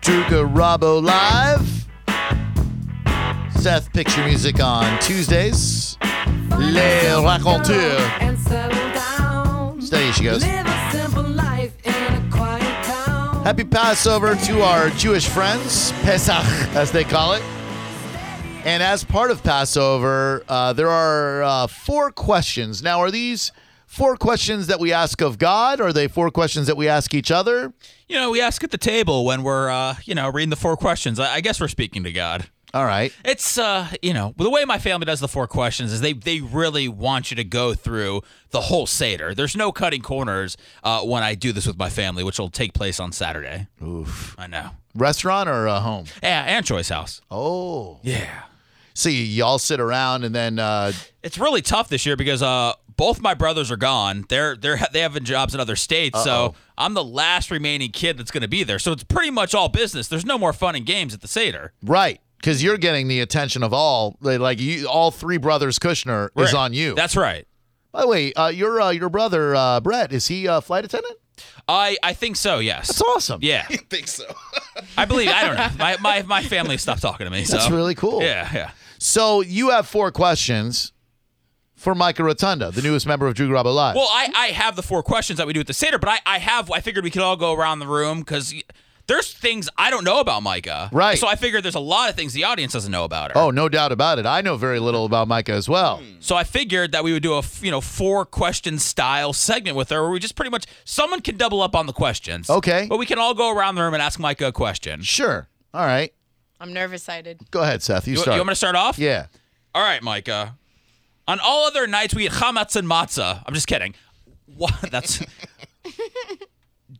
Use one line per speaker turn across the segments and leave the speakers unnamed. Druka Robbo Live. Seth Picture Music on Tuesdays. Les Raconteurs.
And settle down.
Steady, she goes.
Live a simple life in a quiet town.
Happy Passover to our Jewish friends, Pesach, as they call it. And as part of Passover, uh, there are uh, four questions. Now, are these four questions that we ask of God? Are they four questions that we ask each other?
You know, we ask at the table when we're, uh, you know, reading the four questions. I, I guess we're speaking to God.
All right.
It's, uh, you know, the way my family does the four questions is they they really want you to go through the whole seder. There's no cutting corners uh, when I do this with my family, which will take place on Saturday. Oof. I know.
Restaurant or uh, home?
Yeah, and Choice House.
Oh.
Yeah.
So y- y'all sit around and then uh,
It's really tough this year because uh, both my brothers are gone. They're they're they have jobs in other states, so I'm the last remaining kid that's going to be there. So it's pretty much all business. There's no more fun and games at the seder.
Right. Because you're getting the attention of all, like you, all three brothers Kushner is
Right.
on you.
That's right.
By the way, uh, your uh, your brother uh, Brett is he a flight attendant?
I I think so. Yes.
That's awesome.
yeah,
think so.
I believe. I don't know. My my my family stopped talking to me. So
that's really cool.
Yeah, yeah.
So you have four questions for Micah Rotunda, the newest member of Drew Garabo Live.
Well, I, I have the four questions that we do at the Seder, but I, I have, I figured we could all go around the room because there's things I don't know about Micah.
Right.
So I figured there's a lot of things the audience doesn't know about her.
oh, no doubt about it. I know very little about Micah as well.
So I figured that we would do a, f- you know, four question style segment with her where we just pretty much, someone can double up on the questions.
Okay.
But we can all go around the room and ask Micah a question.
Sure. All right.
I'm nervous sided.
Go ahead, Seth. You
You, you
start.
want me to start off?
yeah.
All right, Micah. On all other nights, we eat chametz and matzah. I'm just kidding. What? That's.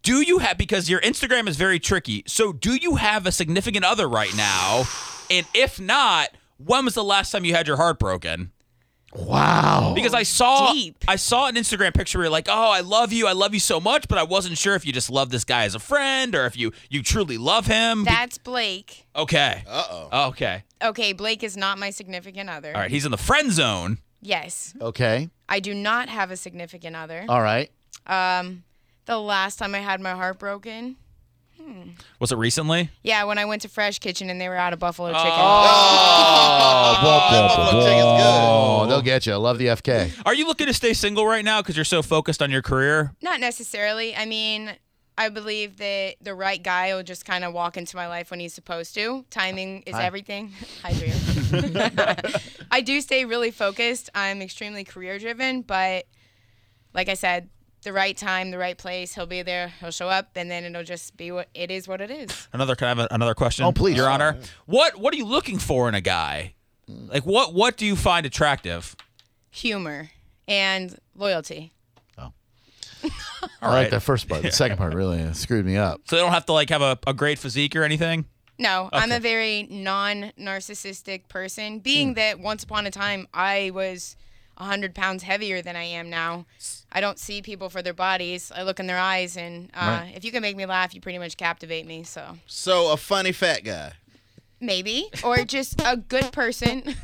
do you have because your Instagram is very tricky? So do you have a significant other right now? And if not, when was the last time you had your heart broken?
Wow.
Because I saw
deep.
I saw an Instagram picture where you're like, "Oh, I love you. I love you so much," but I wasn't sure if you just love this guy as a friend or if you you truly love him. Be-
That's Blake.
okay.
Uh oh.
Okay.
Okay, Blake is not my significant other.
All right, he's in the friend zone.
Yes,
Okay.
I do not have a significant other.
Uh.
All right.
Um, the last time I had my heart broken,
Was it recently?
yeah, when I went to Fresh Kitchen and they were out of buffalo chicken.
Ah,
Oh, they'll get you. I love the FK.
Are you looking to stay single right now because you're so focused on your career?
Not necessarily. I mean, I believe that the right guy will just kind of walk into my life when he's supposed to. Timing is
Hi.
everything. Hi, Drew. I do stay really focused. I'm extremely career driven, but like I said, the right time, the right place, he'll be there, he'll show up, and then it'll just be what it is what it is.
Another kind of another question.
Oh, please.
Your Honor. What what are you looking for in a guy? Like what what do you find attractive?
Humor and loyalty.
I like that first part. The second part really screwed me up.
So they don't have to like have a, a great physique or anything.
No, I'm a very non narcissistic person, being that once upon a time I was 100 pounds heavier than I am now. I don't see people for their bodies. I look in their eyes, and uh, if you can make me laugh, you pretty much captivate me. So
So a funny fat guy.
maybe, or just a good person.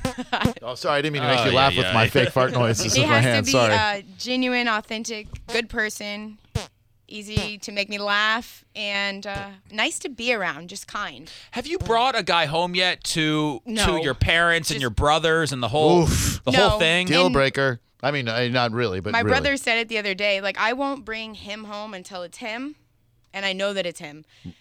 Oh, sorry. I didn't mean to make
Oh,
you
yeah,
laugh
yeah.
with my fake fart noises
it
with my
has
hands.
to be uh,
sorry.
a genuine, authentic, good person, easy to make me laugh, and uh, nice to be around, just kind.
Have you brought a guy home yet to
No.
to your parents and
Just-
your brothers and the whole
Oof.
the
No.
whole thing?
Deal
and-
breaker. I mean, uh, not really, but
My
really.
brother said it the other day. Like, I won't bring him home until it's him, and I know that it's him.
Mm.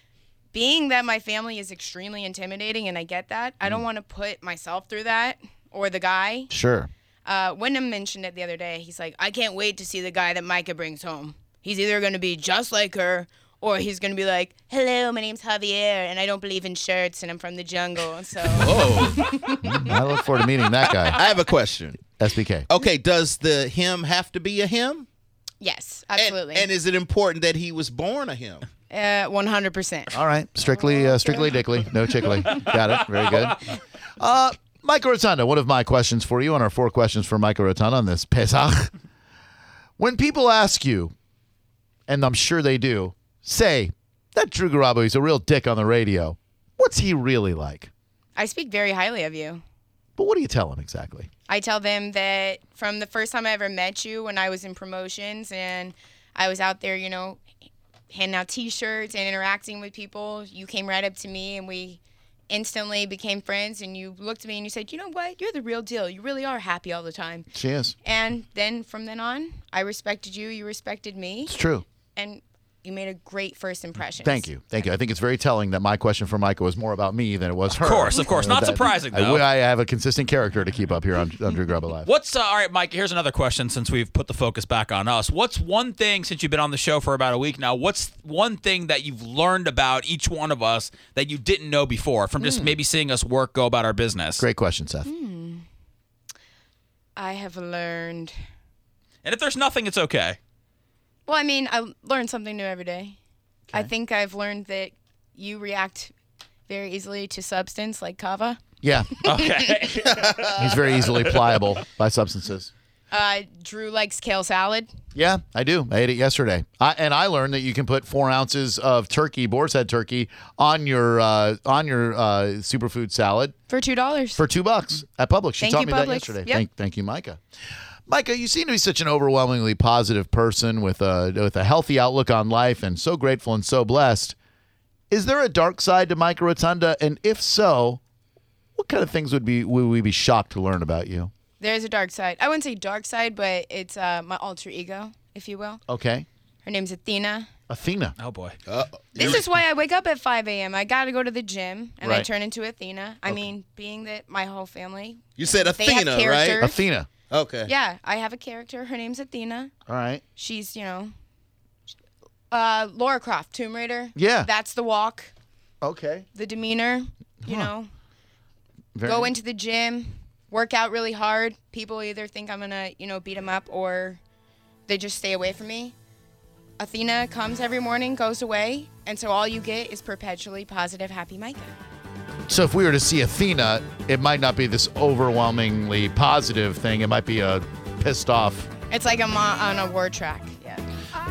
Being that my family is extremely intimidating, and I get that, I
Mm.
don't want to put myself through that or the guy.
Sure.
Uh, Wyndham mentioned it the other day. He's like, I can't wait to see the guy that Micah brings home. He's either going to be just like her, or he's going to be like, Hello, my name's Javier, and I don't believe in shirts, and I'm from the jungle. So,
Oh.
I look forward to meeting that guy.
I have a question.
SBK.
Okay, does the him have to be a him?
yes,
And-
absolutely.
And, is it important that he was born a him?
uh, 100%.
Uh-huh.
All right. Strictly, uh, strictly dickly. No chickly. Got it. Very good. Uh, Michael Rotunda, one of my questions for you on our four questions for Michael Rotunda on this Pesach. When people ask you, and I'm sure they do, say that Drew Garabo is a real dick on the radio. What's he really like?
I speak very highly of you.
But what do you tell him exactly?
I tell them that from the first time I ever met you when I was in promotions and I was out there, you know, handing out T-shirts and interacting with people. You came right up to me, and we instantly became friends. And you looked at me and you said, "You know what? You're the real deal. You really are happy all the time."
She is.
And then from then on, I respected you. You respected me,
It's true.
and you made a great first impression.
Thank you. Thank you. I think it's very telling that my question for Michael was more about me than it was her. Of
course, of course. Not surprising, though.
I, I have a consistent character to keep up here on, on Drew Grub Alive.
What's uh, all right, Mike? Here's another question since we've put the focus back on us. What's one thing since you've been on the show for about a week now? What's one thing that you've learned about each one of us that you didn't know before from just maybe seeing us work, go about our business?
Hmm. Great question, Seth.
I have learned.
And if there's nothing, it's okay.
Well, I mean, I learn something new every day. I think I've learned that you react very easily to substance like kava.
Yeah,
Okay.
he's very easily pliable by substances.
Uh, Drew likes kale salad.
Yeah, I do. I ate it yesterday, I, and I learned that you can put four ounces of turkey, boar's head turkey, on your uh, on your uh, superfood salad
For two dollars.
for two bucks at Publix. She
Thank
taught
you,
me that
Publix.
yesterday.
Yep.
Thank, thank you, Micah. Micah, you seem to be such an overwhelmingly positive person with a with a healthy outlook on life, and so grateful and so blessed. Is there a dark side to Micah Rotunda, and if so, what kind of things would be would we be shocked to learn about you?
There's a dark side. I wouldn't say dark side, but it's uh, my alter ego, if you will.
Okay,
Her name's Athena.
Athena.
oh boy.
Uh,
This is why I wake up at 5 a.m. I gotta go to the gym, and I
Right.
turn into Athena. I mean, being that my whole family,
You said
They have
Athena, right?
character.
Athena.
Okay.
yeah, I have a character. Her name's Athena.
All right.
She's, you know, uh, Laura Croft, Tomb Raider.
Yeah.
That's the walk,
Okay.
the demeanor. You
Huh.
know,
Very
go into the gym, work out really hard. People either think I'm gonna, you know, beat them up or they just stay away from me. Athena comes every morning, goes away, and so all you get is perpetually positive, happy Micah.
So if we were to see Athena, it might not be this overwhelmingly positive thing. It might be a pissed off.
It's like I'm on on a war track. Yeah.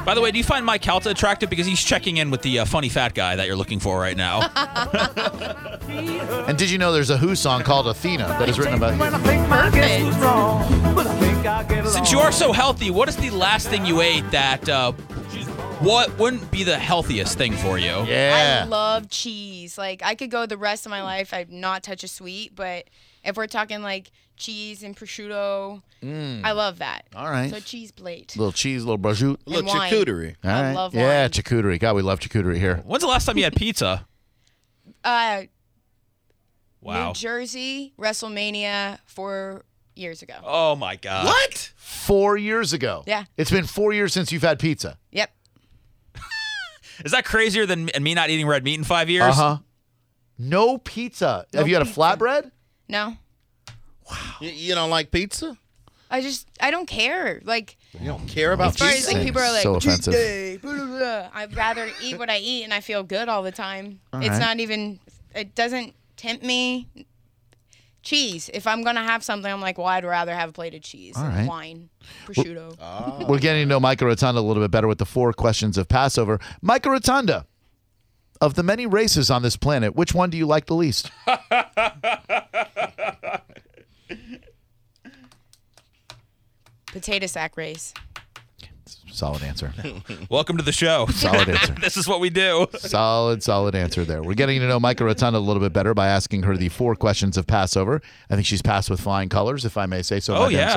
By the way, do you find Mike Calta attractive because he's checking in with the uh, funny fat guy that you're looking for right now?
And did you know there's a Who song called Athena that is written about you?
Perfect.
Since you are so healthy, what is the last thing you ate that uh, what wouldn't be the healthiest thing for you?
I
Yeah.
love cheese. Like I could go the rest of my life I'd not touch a sweet, but if we're talking like cheese and prosciutto, I love that.
Mm. All right.
So cheese plate.
Little cheese, little brajut.
A
And
little
wine.
charcuterie.
All right.
I love
yeah,
wine.
charcuterie. God, we love charcuterie here.
When's the last time you had pizza?
Uh
Wow.
New Jersey WrestleMania four years ago.
Oh my god.
What?
Four years ago.
Yeah.
It's been four years since you've had pizza.
Yep.
Is that crazier than me- and me not eating red meat in five years?
Uh huh. No pizza. Have you had a flatbread?
No,
You, you don't like pizza?
I just I don't care. Like
You don't care about
as far as
pizza?
like people are like
So offensive.
"Tuesday, blah, blah, blah." I'd rather eat what I eat and I feel good all the time. it's
right.
not even. It doesn't tempt me. Cheese. If I'm gonna have something, I'm like, well, I'd rather have a plate of cheese
All
and
right.
wine, prosciutto.
uh,
We're getting to know Micah Rotunda a little bit better with the four questions of Passover. Micah Rotunda, of the many races on this planet, which one do you like the least?
Potato sack race.
Solid answer.
Welcome to the show.
Solid answer.
this is what we do.
Solid, solid answer there. We're getting to know Micah Rotunda a little bit better by asking her the four questions of Passover. I think she's passed with flying colors, if I may say so.
Oh,
my damn
yeah.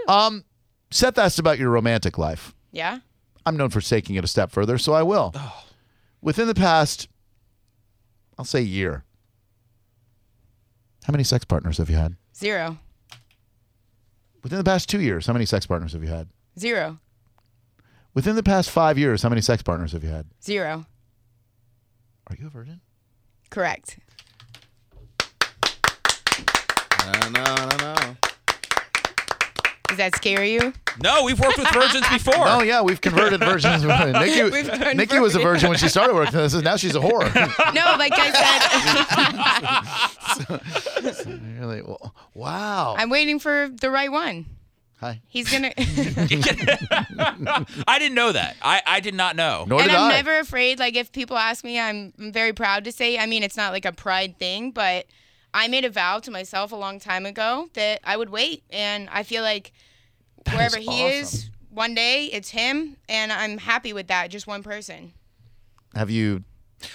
self. Um, Seth asked about your romantic life.
Yeah.
I'm known for taking it a step further, so I will. Within the past, I'll say year, how many sex partners have you had?
Zero.
Within the past two years, how many sex partners have you had?
Zero.
Within the past five years, how many sex partners have you had?
Zero.
Are you a virgin?
Correct.
No, no, no, no.
Does that scare you?
No, we've worked with virgins before.
Oh yeah, we've converted virgins. Nikki,
We've converted.
Nikki was a virgin when she started working. This is now she's a whore.
No, like I said,
You're like, wow.
I'm waiting for the right one.
Hi.
He's gonna.
I didn't know that. I, I did not know.
Nor
and
did
I'm
I.
never afraid. Like if people ask me, I'm I'm very proud to say. I mean, it's not like a pride thing, but I made a vow to myself a long time ago that I would wait, and I feel like wherever he is, one day it's him, and I'm happy with that. Just one person.
Have you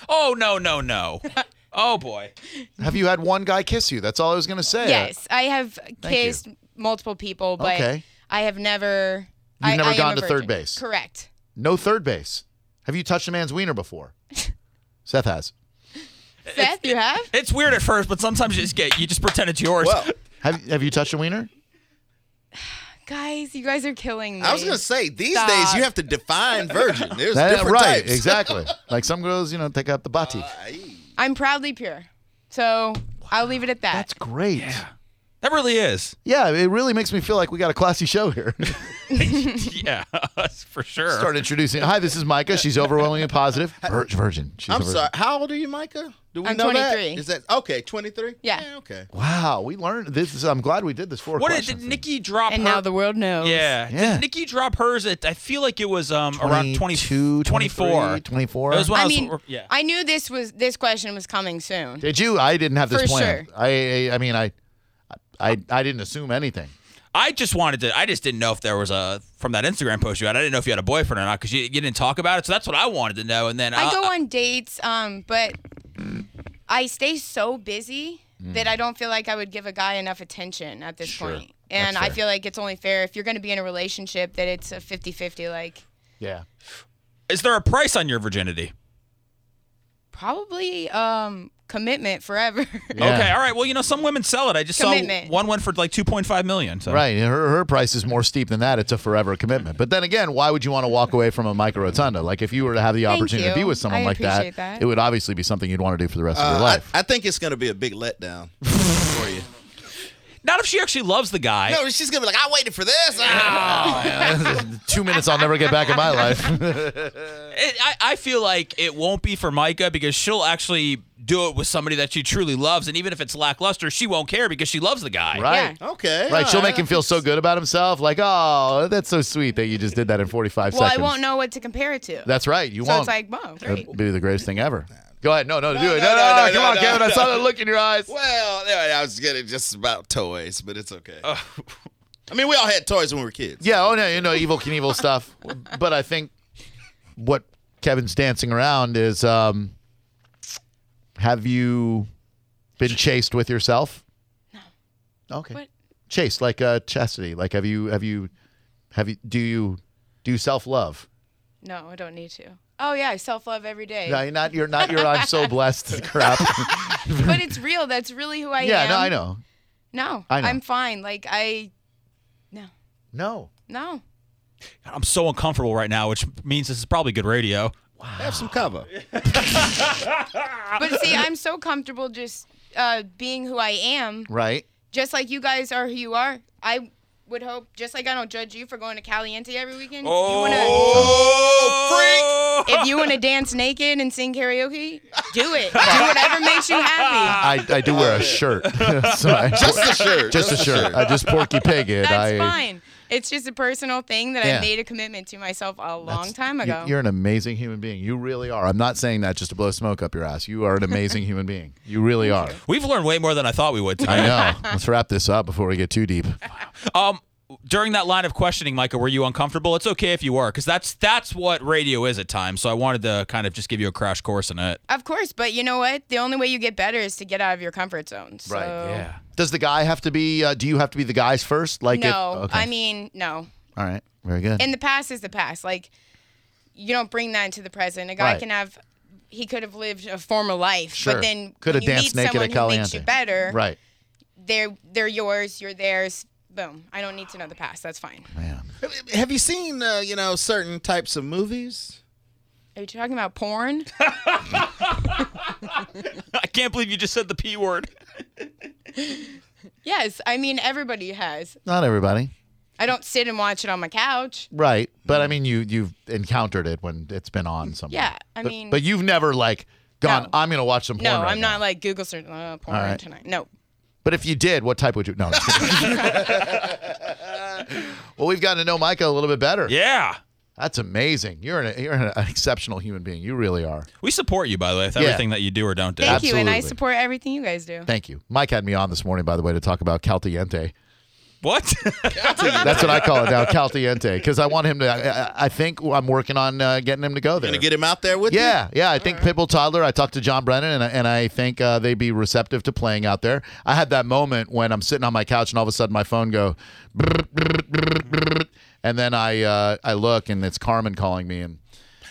Oh no, no, no. oh boy.
have you had one guy kiss you? That's all I was gonna say.
Yes, I have kissed multiple people, but
Okay.
I have never. I,
never
I am
gone to
a
third
virgin.
base.
Correct.
No third base. Have you touched a man's wiener before? Seth has.
Seth, you have?
It's weird at first, but sometimes you just get you just pretend it's yours.
Well,
Have Have you touched a wiener?
Guys, you guys are killing me.
I was gonna say these
Stop.
days you have to define virgin. There's
That-
different
right,
types.
exactly. Like some girls, you know, take out the bati.
I'm proudly pure. So I'll leave it at that.
That's great. Yeah.
That really is.
it really makes me feel like we got a classy show here.
Yeah, for sure.
Start introducing. Hi, this is Micah. She's overwhelmingly positive. Vir- virgin. She's a
I'm
virgin.
sorry. How old are you, Micah? Do we
I'm
know that?
23.
Is that okay? Twenty three.
Yeah.
Okay.
Wow, we learned this. Is, I'm glad we did this for.
What did,
questions.
did Nikki drop?
and
her-
now the world knows.
yeah.
Yeah.
Did Nikki drop hers at? I feel like it was um around
22,
22, 24.
23, 24.
It was when I,
I
was,
mean,
yeah.
I knew this was this question was coming soon.
Did you? I didn't have this
For
plan.
sure.
I, I I mean I I I didn't assume anything.
I just wanted to. I just didn't know if there was a from that Instagram post you had. I didn't know if you had a boyfriend or not because you, you didn't talk about it. So that's what I wanted to know. And then
I
uh,
go on dates, um, but I stay so busy that I don't feel like I would give a guy enough attention at this
Hmm. Sure.
point. And
That's
I
fair.
feel like it's only fair if you're going to be in a relationship that it's a 50-50 like
Yeah.
Is there a price on your virginity?
probably um commitment forever.
Yeah.
Okay, all right. Well, you know, some women sell it. I just
Commitment.
saw one went for like two point five million. So.
Right. Her her price is more steep than that. It's a forever commitment. But then again, why would you want to walk away from a micro rotunda? Like if you were to have the
Thank
opportunity to be
you.
with someone
I
like that,
appreciate that.
it would obviously be something you'd want to do for the rest of your
Uh,
life.
I, I think it's gonna be a big letdown for you.
Not if she actually loves the guy.
No, she's gonna be like, I waited for this. Ah.
Two minutes I'll never get back in my life.
It, I, I feel like it won't be for Micah because she'll actually do it with somebody that she truly loves, and even if it's lackluster, she won't care because she loves the guy.
Right.
Okay.
Right, she'll
all
make him feel so good about himself, like, oh, that's so sweet that you just did that in 45
well, I
seconds.
won't know what to compare it to.
That's right, you
so
won't.
it's like, whoa, great.
That'd be the greatest thing ever. Go ahead. No, no, do
no,
it. No, no,
no, no,
no, come
no,
on,
no,
Kevin. I
no.
saw that look in your eyes.
Well, anyway, I was getting just about toys, but it's okay. I mean, we all had toys when we were kids.
Oh. Yeah, oh no, you know, evil Knievel stuff. But I think what Kevin's dancing around is um have you been chased with yourself? No. Okay.
What?
Chased, like uh chastity. Like have you have you have you do you do self love?
No, I don't need to. Oh yeah, I self love every day.
No, you're not you're not you're I'm so blessed crap.
but it's real. That's really who I
yeah,
am.
no, I know.
No,
I know.
am fine. Like I, no,
No.
no.
God, I'm so uncomfortable right now, which means this is probably good radio.
Have some cover.
But see, I'm so comfortable just uh, being who I am.
Right.
Just like you guys are who you are. I would hope. Just like I don't judge you for going to Caliente every weekend.
Oh,
You wanna, if you want to dance naked and sing karaoke, do it. Do whatever makes you happy.
I, I do wear a shirt. so I, just,
Just a shirt.
a shirt. I just porky pig it.
That's
I,
fine. It's just a personal thing that
Yeah.
I made a commitment to myself a long
That's-
time
you-
ago.
You're an amazing human being. You really are. I'm not saying that just to blow smoke up your ass. You are an amazing human being. You really are.
We've learned way more than I thought we would
I
today.
know. Let's wrap this up before we get too deep.
Um, during that line of questioning, Micah, were you uncomfortable? It's okay if you were, because that's that's what radio is at times. So I wanted to kind of just give you a crash course in it.
Of course, but you know what? The only way you get better is to get out of your comfort zone. So.
Right, yeah. Does the guy have to be? Uh, do you have to be the guys first? Like, if-
No,
okay.
I mean, no.
all right, very good.
And the past is the past. Like, you don't bring that into the present. A guy
Right.
can have, he could have lived a former life,
Sure.
but then
Could have
when you
danced
meet
naked
someone
at
who makes you
Caliente.
better,
right,
they're they're yours, you're theirs. Boom. I don't need to know the past. That's fine.
man.
Have you seen, uh, you know, certain types of movies?
Are you talking about porn?
I can't believe you just said the p word.
yes. I mean, everybody has.
Not everybody.
I don't sit and watch it on my couch.
Right, but I mean, you you've encountered it when it's been on somewhere.
Yeah, I
But-
mean-
but, you've never like gone.
No.
I'm gonna watch some porn.
No,
right
I'm
now."
not like Google search uh, porn
All right.
tonight. No.
But if you did, what type would you? No. I'm just kidding. well, we've gotten to know Micah a little bit better.
Yeah.
That's amazing. You're an you're an exceptional human being. You really are.
We support you, by the way, with
Yeah.
everything that you do or don't do.
Thank you, and I
Absolutely.
support everything you guys do.
Thank you. Mike had me on this morning, by the way, to talk about Caltiente.
What?
That's what I call it now, Caltiente, because I want him to. I, I- I think I'm working on uh, getting him to go there.
Gonna get him out there with you?
yeah, yeah. I think Pitbull Toddler. I talked to John Brennan, and I, and I think uh, they'd be receptive to playing out there. I had that moment when I'm sitting on my couch, and all of a sudden my phone go, brrrt, brrrt, brrrt, brrrt, and then I uh, I look, and it's Carmen calling me, and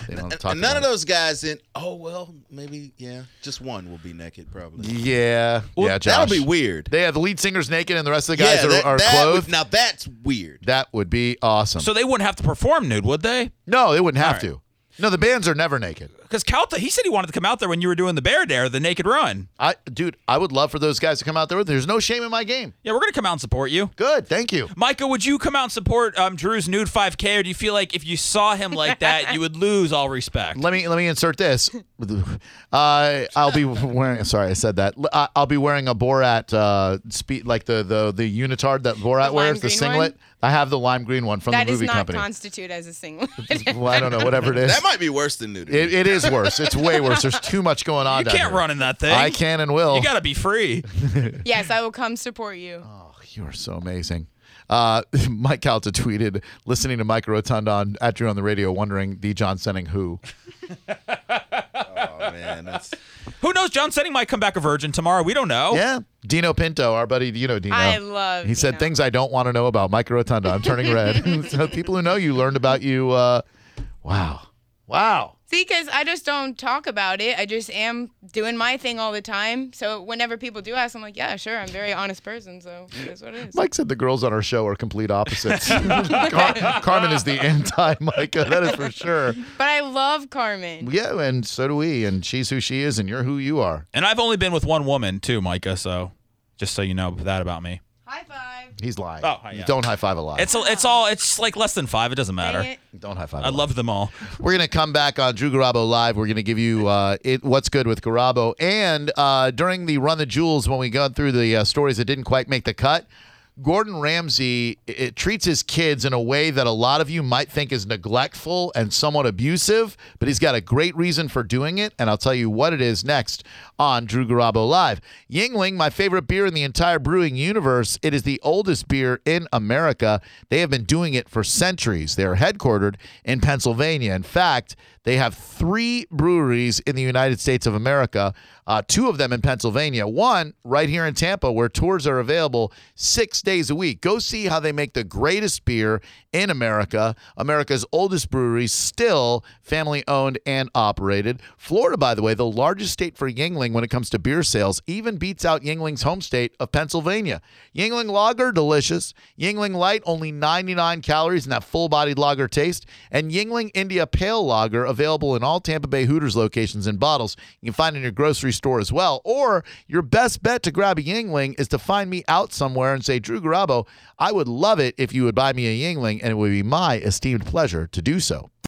they don't talk.
And none of
about it.
those guys in. Oh well, maybe yeah. Just one will be naked probably.
Yeah, yeah. Josh.
That'll be weird.
They have the lead singers naked, and the rest of the guys
yeah,
are,
that-
are
that
clothed.
would- now that's weird.
that would be awesome.
so they wouldn't have to perform nude, would they?
no, they wouldn't have
All
to. No, the bands are never naked.
Because Calta, he said he wanted to come out there when you were doing the bear dare, the naked run.
I, dude, I would love for those guys to come out there. with There's no shame in my game.
Yeah, we're gonna come out and support you.
Good, thank you.
Micah, would you come out and support um, Drew's nude 5K, or do you feel like if you saw him like that, you would lose all respect?
Let me let me insert this. Uh, I'll be wearing. Sorry, I said that. L- I- I'll be wearing a Borat uh, speed like the the the unitard that Borat
The lime
wears, the
green
singlet. I have the lime green one from
That
the
does
movie
not
company.
constitute as a singlet.
well, I don't know, whatever it is.
That might be worse than nudity.
it, it is worse. It's way worse. There's too much going on.
You
down
can't
here.
run in that thing.
I can and will.
You gotta be free.
yes, I will come support you.
You are so amazing. Uh, Mike Calta tweeted, listening to Mike Rotunda on at Drew on the radio, wondering D John sending who.
oh man, that's
Who knows? John Setting might come back a virgin tomorrow. We don't know.
Yeah, Dino Pinto, our buddy. You know Dino.
I love
He said
Dino.
things I don't want to know about Mike Rotunda. I'm turning red. so people who know you learned about you. Uh, wow, wow.
See, because I just don't talk about it. I just am doing my thing all the time. So whenever people do ask, I'm like, yeah, sure. I'm a very honest person. So that's what it is.
Mike said the girls on our show are complete opposites. Car- Carmen is the anti Micah. That is for sure.
But I love Carmen.
Yeah, and so do we. And she's who she is, and you're who you are.
And I've only been with one woman too, Micah. So just so you know that about me.
High five.
He's lying.
Oh, hi, yeah.
Don't high five a lie.
It's it's all it's like less than five. It doesn't matter.
Dang it.
don't high five. a
I
lie.
love them all.
We're going to come back on Drew Garabo Live. We're going to give you uh, it, what's good with Garabo. And uh, during the Run the Jewels, when we go through the uh, stories that didn't quite make the cut, Gordon Ramsay it, it treats his kids in a way that a lot of you might think is neglectful and somewhat abusive, but he's got a great reason for doing it. And I'll tell you what it is next on Drew Garabo Live. Yingling, my favorite beer in the entire brewing universe. It is the oldest beer in America. They have been doing it for centuries. They are headquartered in Pennsylvania. In fact, they have three breweries in the United States of America, uh, two of them in Pennsylvania, one right here in Tampa, where tours are available six days a week. Go see how they make the greatest beer in America, America's oldest brewery, still family owned and operated. Florida, by the way, the largest state for Yingling when it comes to beer sales, even beats out Yingling's home state of Pennsylvania. Yingling Lager, delicious. Yingling Light, only 99 calories in that full bodied lager taste. And Yingling India Pale Lager, available in all Tampa Bay Hooters locations in bottles. You can find it in your grocery store as well. Or your best bet to grab a Yingling is to find me out somewhere and say, Drew Garabo, I would love it if you would buy me a Yingling, and it would be my esteemed pleasure to do so.